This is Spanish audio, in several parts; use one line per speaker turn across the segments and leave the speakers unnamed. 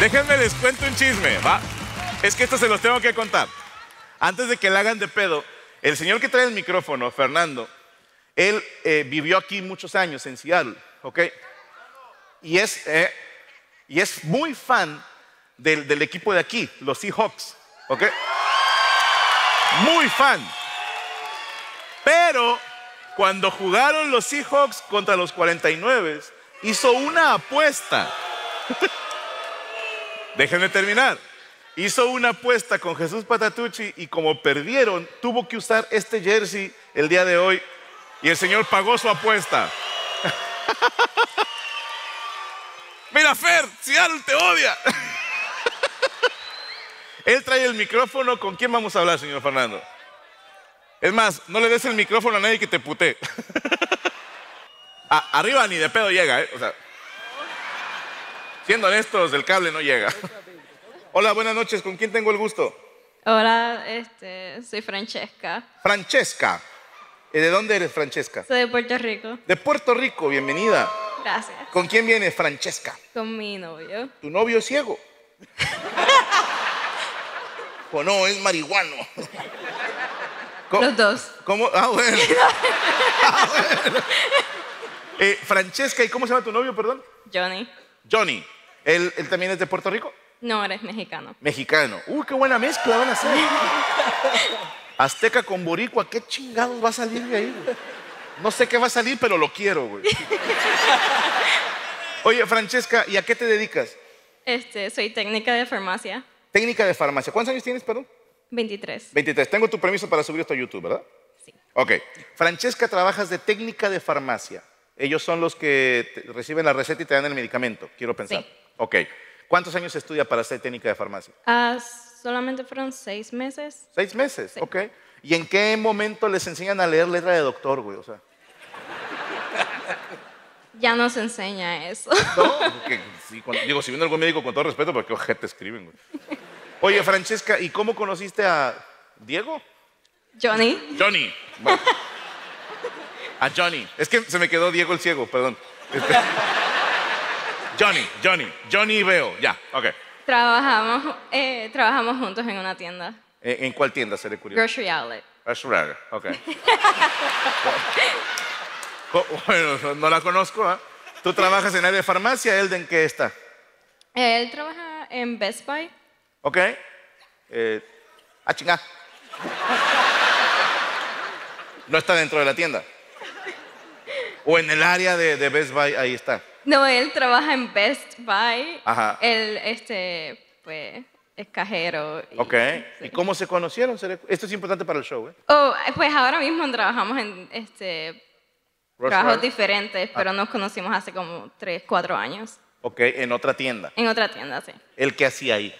Déjenme les cuento un chisme, ¿va? Es que esto se los tengo que contar. Antes de que la hagan de pedo, el señor que trae el micrófono, Fernando, él eh, vivió aquí muchos años en Seattle, ¿ok? Y es, eh, y es muy fan del, del equipo de aquí, los Seahawks, ¿ok? Muy fan. Pero cuando jugaron los Seahawks contra los 49, hizo una apuesta. Déjenme terminar. Hizo una apuesta con Jesús Patatucci y como perdieron, tuvo que usar este jersey el día de hoy y el señor pagó su apuesta. Mira, Fer, Seattle te odia. Él trae el micrófono. ¿Con quién vamos a hablar, señor Fernando? Es más, no le des el micrófono a nadie que te pute. Ah, arriba ni de pedo llega, ¿eh? O sea, Siendo honestos, el cable no llega. Hola, buenas noches. ¿Con quién tengo el gusto?
Hola, este, soy Francesca.
Francesca. ¿Eh, ¿De dónde eres, Francesca?
Soy de Puerto Rico.
De Puerto Rico, bienvenida.
Gracias.
¿Con quién vienes, Francesca?
Con mi novio.
¿Tu novio es ciego? o no, es marihuano. ¿Cómo-
Los dos.
¿Cómo? Ah, bueno. Ah, bueno. Eh, Francesca, ¿y cómo se llama tu novio, perdón?
Johnny.
Johnny. ¿Él, él también es de Puerto Rico?
No eres mexicano.
Mexicano. Uy, qué buena mezcla van a hacer. Azteca con boricua, qué chingados va a salir de ahí, güey? No sé qué va a salir, pero lo quiero, güey. Oye, Francesca, ¿y a qué te dedicas?
Este, soy técnica de farmacia.
Técnica de farmacia. ¿Cuántos años tienes, perdón?
23.
23. Tengo tu permiso para subir esto a YouTube, ¿verdad?
Sí.
Ok. Francesca, trabajas de técnica de farmacia. Ellos son los que te- reciben la receta y te dan el medicamento, quiero pensar.
Sí.
Ok. ¿Cuántos años estudia para ser técnica de farmacia?
Ah, solamente fueron seis meses.
Seis meses, ok. ¿Y en qué momento les enseñan a leer letra de doctor, güey? O sea,
Ya no se enseña eso.
no, porque sí, cuando- digo, si viene algún médico con todo respeto, porque ojete escriben, güey. Oye, Francesca, ¿y cómo conociste a Diego?
Johnny.
Johnny. Bueno. a Johnny. Es que se me quedó Diego el ciego, perdón. Este- Johnny, Johnny, Johnny Veo, ya, ok.
Trabajamos, eh, trabajamos juntos en una tienda.
¿En, en cuál tienda seré curioso?
Grocery outlet.
Ashburger, ok. Co- bueno, no- no la conozco, ¿ah? Tú trabajas en área de farmacia, ¿él de en qué está?
Él trabaja en Best Buy.
¿Ok? Eh, ah, chingá. No está dentro de la tienda. O en el área de, de Best Buy, ahí está.
No, él trabaja en Best Buy.
Ajá.
Él, este, pues, es cajero. y-
¿Ok?
sí.
¿Y cómo se conocieron? Seré- Esto es importante para el show, ¿eh?
Oh, pues ahora mismo trabajamos en este,
Rush
trabajos
Hour.
diferentes, pero nos conocimos hace como 3, 4 años.
Ok, en otra tienda.
En otra tienda, sí.
¿El que hacía ahí?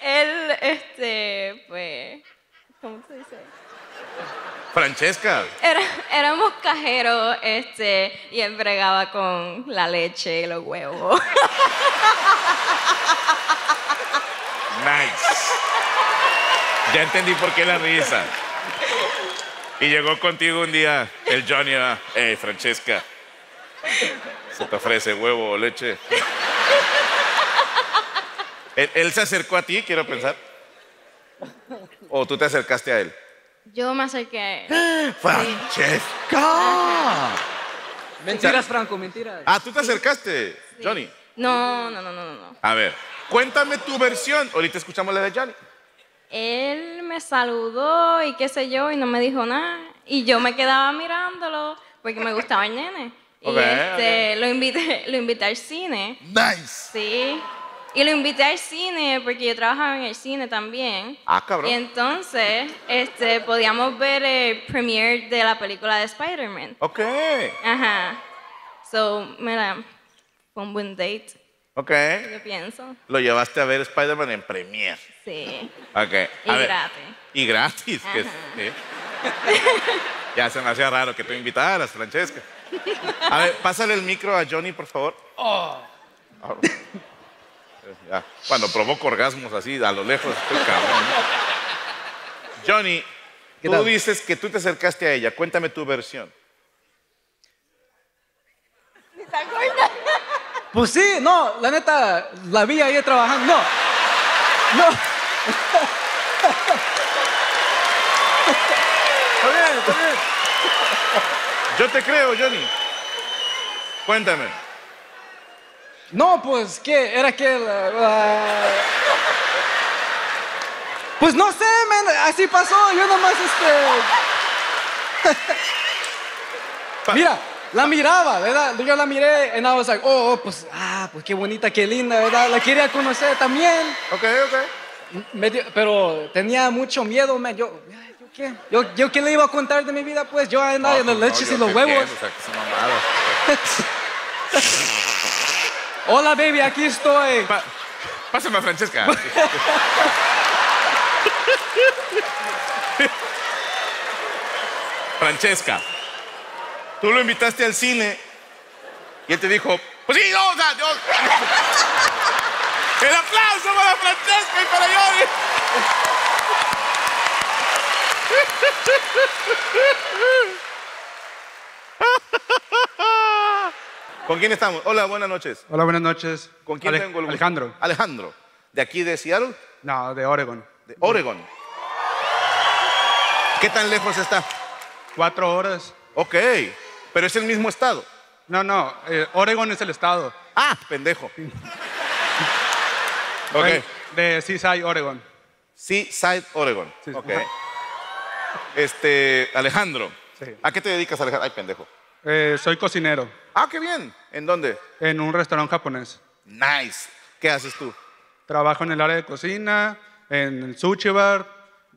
Él, este, pues,
Francesca.
Era- éramos cajeros este, y él bregaba con la leche y los huevos.
Nice. Ya entendí por qué la risa. Y llegó contigo un día el Johnny, ¿verdad? hey Francesca, se te ofrece huevo o leche. ¿Él, él se acercó a ti, quiero pensar. ¿O tú te acercaste a él?
Yo me acerqué a él.
¡Francesca!
Mentiras, Franco, mentiras.
Ah, tú te acercaste, Johnny.
No, no, no, no, no, no.
A ver, cuéntame tu versión. Ahorita escuchamos la de Johnny.
Él me saludó y qué sé yo, y no me dijo nada. Y yo me quedaba mirándolo porque me gustaba el nene. Y
Ok,
este, Lo, invité, lo invité al cine.
Nice.
Sí. Y lo invité al cine porque yo trabajaba en el cine también.
Ah, cabrón.
Y entonces este, podíamos ver el premiere de la película de Spider-Man.
Ok,
Ajá. So, mira, fue un buen date,
ok.
yo pienso.
Lo llevaste a ver Spider-Man en Premiere.
Sí.
Ok.
Y
a ver.
gratis.
Y gratis. que es- sí. ya se me hacía raro que tú invitaras, Francesca. A ver, pásale el micro a Johnny, por favor. Ah, ya. Cuando provoco orgasmos así, a lo lejos, estoy cabrón. ¿no? Johnny,
¿Qué
tú
tal?
dices que tú te acercaste a ella. Cuéntame tu versión.
Pues sí, no, la neta, la vi ahí trabajando. No, no.
Está bien, está bien. Yo te creo, Johnny. Cuéntame.
No, pues, ¿qué? Era que... la- la- Pues no sé, men, así pasó, yo nomás, este...
Pa-
Mira, la miraba, ¿verdad? Yo la miré and I was like, oh, oh, pues, ah, pues qué bonita, qué linda, ¿verdad? La quería conocer también,
Ok, ok.
Me dio- pero tenía mucho miedo, men, yo... ay, ¿Yo qué? ¿Yo, yo qué le iba a contar de mi vida? Pues yo andaba en las
No,
leches
yo
y los
te
huevos.
entiendo, o sea, que son mamadas.
Hola, baby, aquí estoy.
Pa- Pásame a Francesca. Francesca, tú lo invitaste al cine y él te dijo, pues sí, no, o sea, yo- El aplauso para Francesca y para Johnny. ¿Con quién estamos? Hola, buenas noches.
Hola, buenas noches.
¿Con quién
Ale-
tengo el gusto?
Alejandro.
Alejandro. ¿De aquí de Seattle?
No, de Oregon.
De Oregon. ¿Qué tan lejos está?
Cuatro horas.
Ok, pero es el mismo estado.
No, no, eh, Oregon es el estado.
Ah, pendejo.
Bueno,
Ok.
De Seaside, Oregon.
Seaside, Oregon.
Sí, sí.
Ok.
Ajá.
Este, Alejandro.
Sí.
¿A qué te dedicas, Alejandro? Ay, pendejo.
Eh, soy cocinero
Ah, qué bien. ¿En dónde?
en un restaurante japonés.
Nice. ¿Qué haces tú?
Trabajo en el área de cocina, en el sushi bar,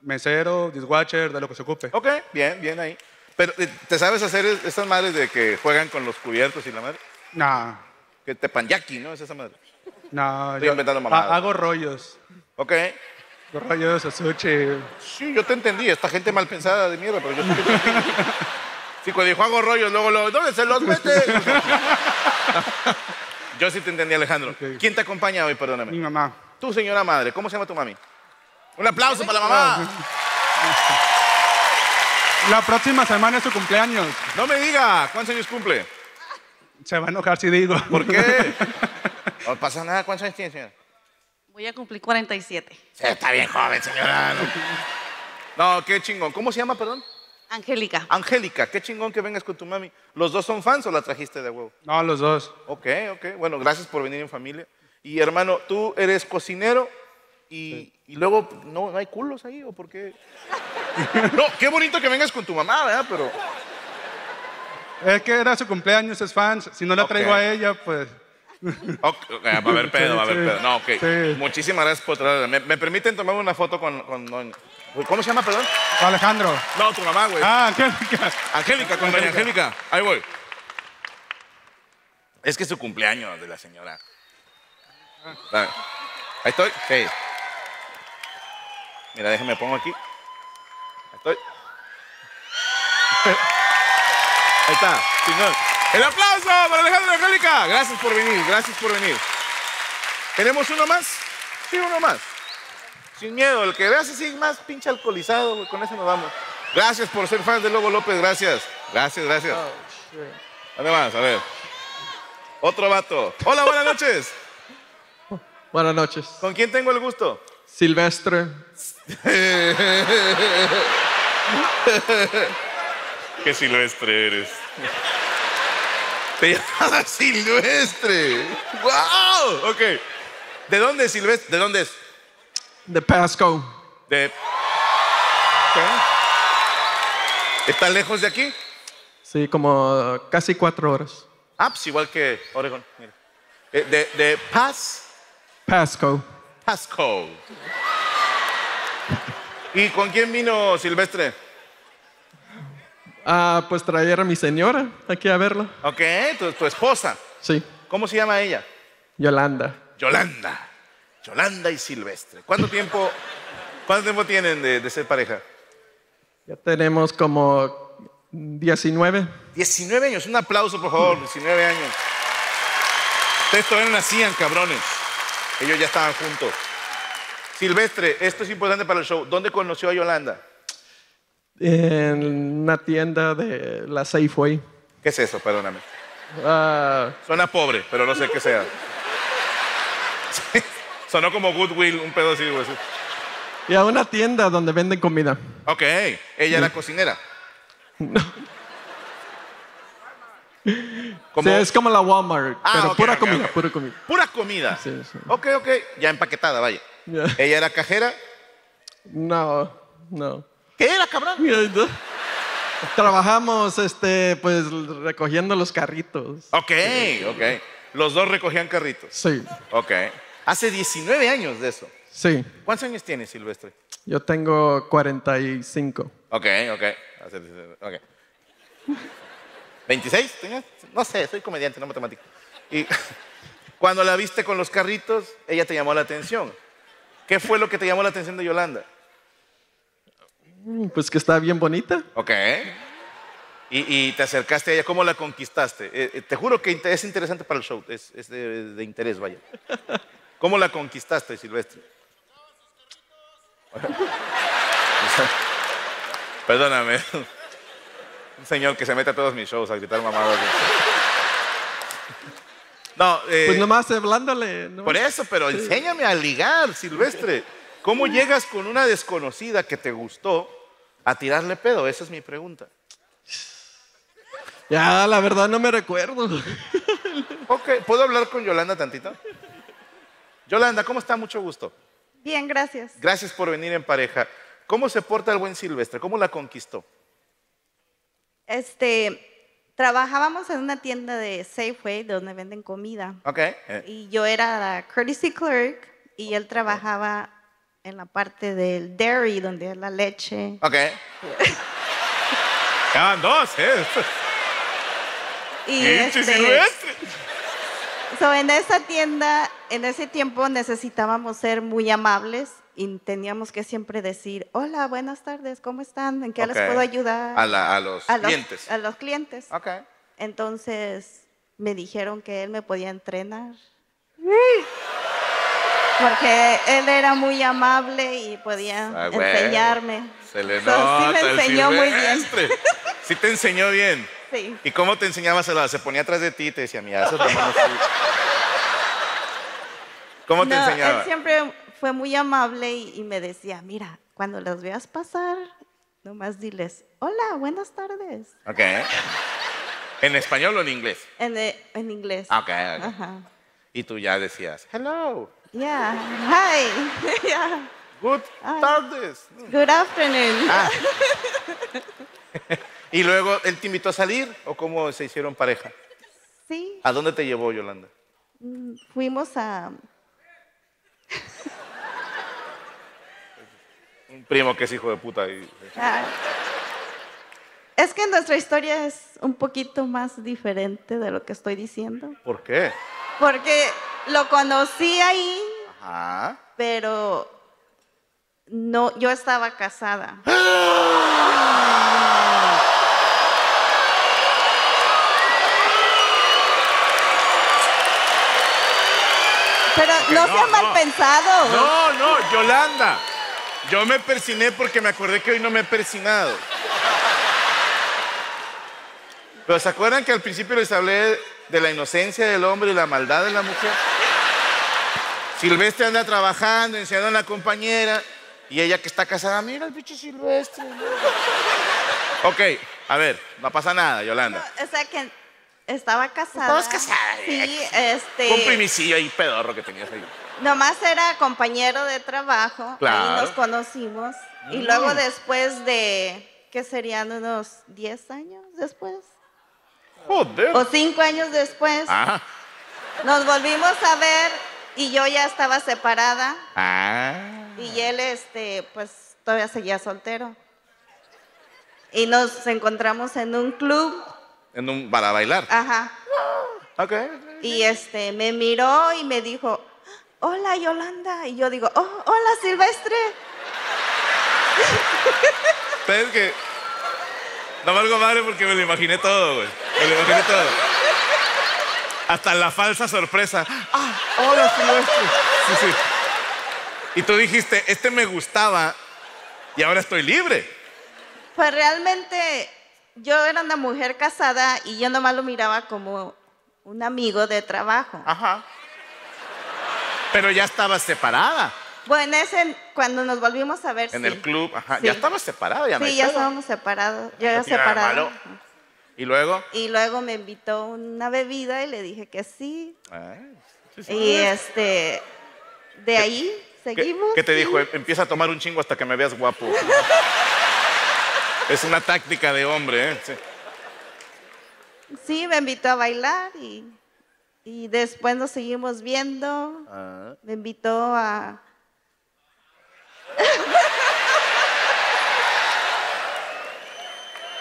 mesero, dishwasher, de lo que se ocupe.
Ok, bien, bien ahí. Pero, eh, ¿te sabes hacer es- estas madres de que juegan con los cubiertos y la madre?
No,
Que te panyaki, ¿no? Es esa madre.
no.
Estoy inventando
ha-
mamadas.
Hago rollos.
Ok.
Hago Rollos, de sushi.
Sí, yo te entendí. Esta gente mal pensada de mierda, pero yo sí te entendí. Sí, cuando dijo hago rollos, luego, luego, ¿dónde se los mete? yo sí te entendí, Alejandro.
Ok.
¿Quién te acompaña hoy?
Mi
Perdóname.
mamá.
Tu señora madre, ¿cómo se llama tu mami? Un aplauso para la mamá.
La próxima semana es su cumpleaños.
No me diga, ¿cuántos años cumple?
Se va a enojar si digo.
¿Por qué? No pasa nada, ¿cuántos años tiene, señora?
Voy a cumplir 47.
Sí, está bien joven, señora. No. no, qué chingón. ¿Cómo se llama, perdón?
Angélica.
Angélica, qué chingón que vengas con tu mami. ¿Los dos son fans o la trajiste de huevo?
No, los dos.
Ok, ok. Bueno, gracias por venir en familia. Y hermano, tú eres cocinero y, y luego no, no hay culos ahí, ¿o por qué? no, qué bonito que vengas con tu mamá, ¿verdad? Pero.
Es que era su cumpleaños, es fans. Si no la
Ok.
traigo a ella, pues.
Ok, ok, va a haber pedo, va a haber
Sí, sí.
pedo. No, ok.
Sí.
Muchísimas gracias por traerla. ¿Me, me permiten tomar una foto con. con doña- Uy, ¿Cómo se llama, perdón?
Alejandro.
No, tu mamá, güey.
Ah, Angélica.
Angélica, con doña Angélica. Ahí voy. Es que es su cumpleaños de la señora. Dale. Ahí estoy. Sí. Mira, déjame pongo aquí. Ahí estoy. Ahí está, chingón. El aplauso para Alejandro y Angélica. Gracias por venir, gracias por venir. ¿Tenemos uno más? Sí, uno más. Sin miedo, el que veas así más pinche alcoholizado, güey, con ese nos vamos. Gracias por ser fans de Lobo López, gracias. Gracias, gracias. ¿Dónde más? A ver. Otro vato. Hola, buenas noches.
Buenas noches.
¿Con quién tengo el gusto?
Silvestre.
Qué silvestre eres. Te llamas Silvestre. ¡Wow! Ok. ¿De dónde es Silvestre? ¿De dónde es?
De Pasco.
De. ¿Está lejos de aquí?
Sí, como casi cuatro horas.
Ah, pues igual que Oregon. mira. Eh, De, de Paz,
Pasco.
Pasco. ¿Y con quién vino Silvestre?
Ah, pues traer a mi señora aquí a verla.
Ok, tu, tu esposa.
Sí,
¿Cómo se llama ella?
Yolanda.
Yolanda. Yolanda y Silvestre. ¿Cuánto tiempo, cuánto tiempo tienen de, de ser pareja?
Ya tenemos como 19.
19 años. Un aplauso, por favor. 19 años. Ustedes todavía no nacían, cabrones. Ellos ya estaban juntos. Silvestre, esto es importante para el show. ¿Dónde conoció a Yolanda?
En una tienda de la Safeway.
¿Qué es eso? Perdóname.
Ah,
Suena pobre, pero no sé qué sea. Sí, Sonó como Goodwill, un pedo así. güey, así.
y a una tienda donde venden comida.
Ok, ella era cocinera. Como-
Sí, es como la Walmart,
Ah,
pero
ok,
pura
ok,
comida,
ok.
pura comida.
Pura comida.
Sí, sí.
Ok, ok. Ya empaquetada, vaya.
Ya.
Ella era cajera.
No, no.
¿Qué era, cabrón?
Mira, no. Trabajamos, este, pues recogiendo los carritos.
Ok, ok. Los dos recogían carritos.
Sí,
Ok. Hace 19 años de eso.
sí.
¿Cuántos años tienes, Silvestre?
Yo tengo 45.
Ok, ok. Hace 19, ok. ¿26? tenías? No sé, soy comediante, no matemático. Y cuando la viste con los carritos, ella te llamó la atención. ¿Qué fue lo que te llamó la atención de Yolanda?
Mm, Pues que está bien bonita.
Ok. Y, y te acercaste a ella, ¿cómo la conquistaste? Eh, eh, te juro que inte- es interesante para el show, es, es de, de interés, vaya. ¿Cómo la conquistaste, Silvestre? Perdóname. Un señor que se mete a todos mis shows a gritar mamadas. No, eh,
Pues nomás hablándole. nomás.
por eso, pero enséñame a ligar, Silvestre. ¿Cómo llegas con una desconocida que te gustó a tirarle pedo? Esa es mi pregunta.
Ya, la verdad no me recuerdo.
Ok, ¿puedo hablar con Yolanda tantito? Yolanda, ¿cómo está? Mucho gusto.
Bien, gracias.
Gracias por venir en pareja. ¿Cómo se porta el buen Silvestre? ¿Cómo la conquistó?
Este, trabajábamos en una tienda de Safeway donde venden comida.
Ok. eh,
Y yo era la courtesy clerk y él trabajaba en la parte del dairy donde es la leche.
Ok. Ya van dos, ¿eh?
Y
Pinche
este,
Silvestre.
so, en esa tienda, en ese tiempo necesitábamos ser muy amables y teníamos que siempre decir, hola, buenas tardes, ¿cómo están? ¿En qué
Ok.
les puedo ayudar?
A, la- a los
A los-
clientes.
A los clientes.
Ok.
Entonces me dijeron que él me podía entrenar. Porque él era muy amable y podía
Ah, güey.
enseñarme.
Se le
So, sí
nota
me
el
enseñó muy bien.
Silvestre. Sí te enseñó bien.
Sí.
¿Y cómo te enseñaba? Se, la- se ponía atrás de ti y te decía, mira, eso es ¿Cómo te
No,
enseñaba?
Él siempre fue muy amable y, y me decía, mira, cuando los veas pasar, nomás diles, hola, buenas tardes,
Ok. ¿En español o en inglés?
en, eh, en inglés.
Ah, ok, ok.
Ajá.
Y tú ya decías, hello,
Yeah, hi, yeah.
good
Ay.
tardes.
good afternoon.
Ah. y luego él te invitó a salir o cómo se hicieron pareja.
Sí,
¿A dónde te llevó Yolanda?
fuimos a,
Un primo que es hijo de puta. y-
Ah. Es que nuestra historia es un poquito más diferente de lo que estoy diciendo,
¿Por qué?
porque lo conocí ahí,
Ajá.
pero no, yo estaba casada. Pero
Que
no
no, no.
sean mal pensados.
No, no, Yolanda. Yo me persiné porque me acordé que hoy no me he persinado. Pero ¿se acuerdan que al principio les hablé de la inocencia del hombre y la maldad de la mujer? Silvestre anda trabajando, enseñando a la compañera, y ella que está casada, mira el bicho silvestre. ¿no?". Ok, a ver, no pasa nada, Yolanda.
O sea que estaba casada.
Estabas casada,
Sí,
Fue un
este.
primicillo ahí pedorro que tenías ahí.
Nomás era compañero de trabajo.
Claro.
Ahí nos conocimos. Y
Mm.
luego después de, ¿qué serían unos 10 años después?
Joder.
O 5 años después.
Ah,
Nos volvimos a ver y yo ya estaba separada.
ah.
Y él, este, pues todavía seguía soltero. Y nos encontramos en un club,
En un, para bailar.
ajá.
Ok.
Y este, me miró y me dijo, hola Yolanda. Y yo digo, "Oh, hola Silvestre.
¿Sabes que No valgo madre porque me lo imaginé todo, güey. Me lo imaginé todo. Hasta la falsa sorpresa. Ah, hola, Silvestre. Sí, sí. Y tú dijiste, este me gustaba y ahora estoy libre.
Pues realmente yo era una mujer casada y yo nomás lo miraba como un amigo de trabajo.
Ajá. Pero ya estabas separada
Bueno, en ese, cuando nos volvimos a ver,
en
sí.
el club. Ajá.
Sí.
Ya estabas separada, ya no
Sí,
hay
ya
pedo.
estábamos separados. Yo era
No tiene nada de
separada.
malo. Y luego.
Y luego me invitó una bebida y le dije que sí.
Ah, sí, sí.
Y este, de ahí
Ah. ¿Qué,
seguimos.
qué te
sí.
dijo? "Em- Empieza a tomar un chingo hasta que me veas guapo. es una táctica de hombre, ¿eh? Sí.
Sí, me invitó a bailar y, y después nos seguimos viendo.
Ah.
Me invitó a...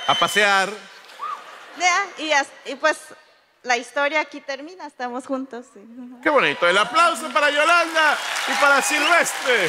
A pasear.
Ya, Y, as- y pues la historia aquí termina, estamos juntos. sí.
Qué bonito. El aplauso para Yolanda y para Silvestre.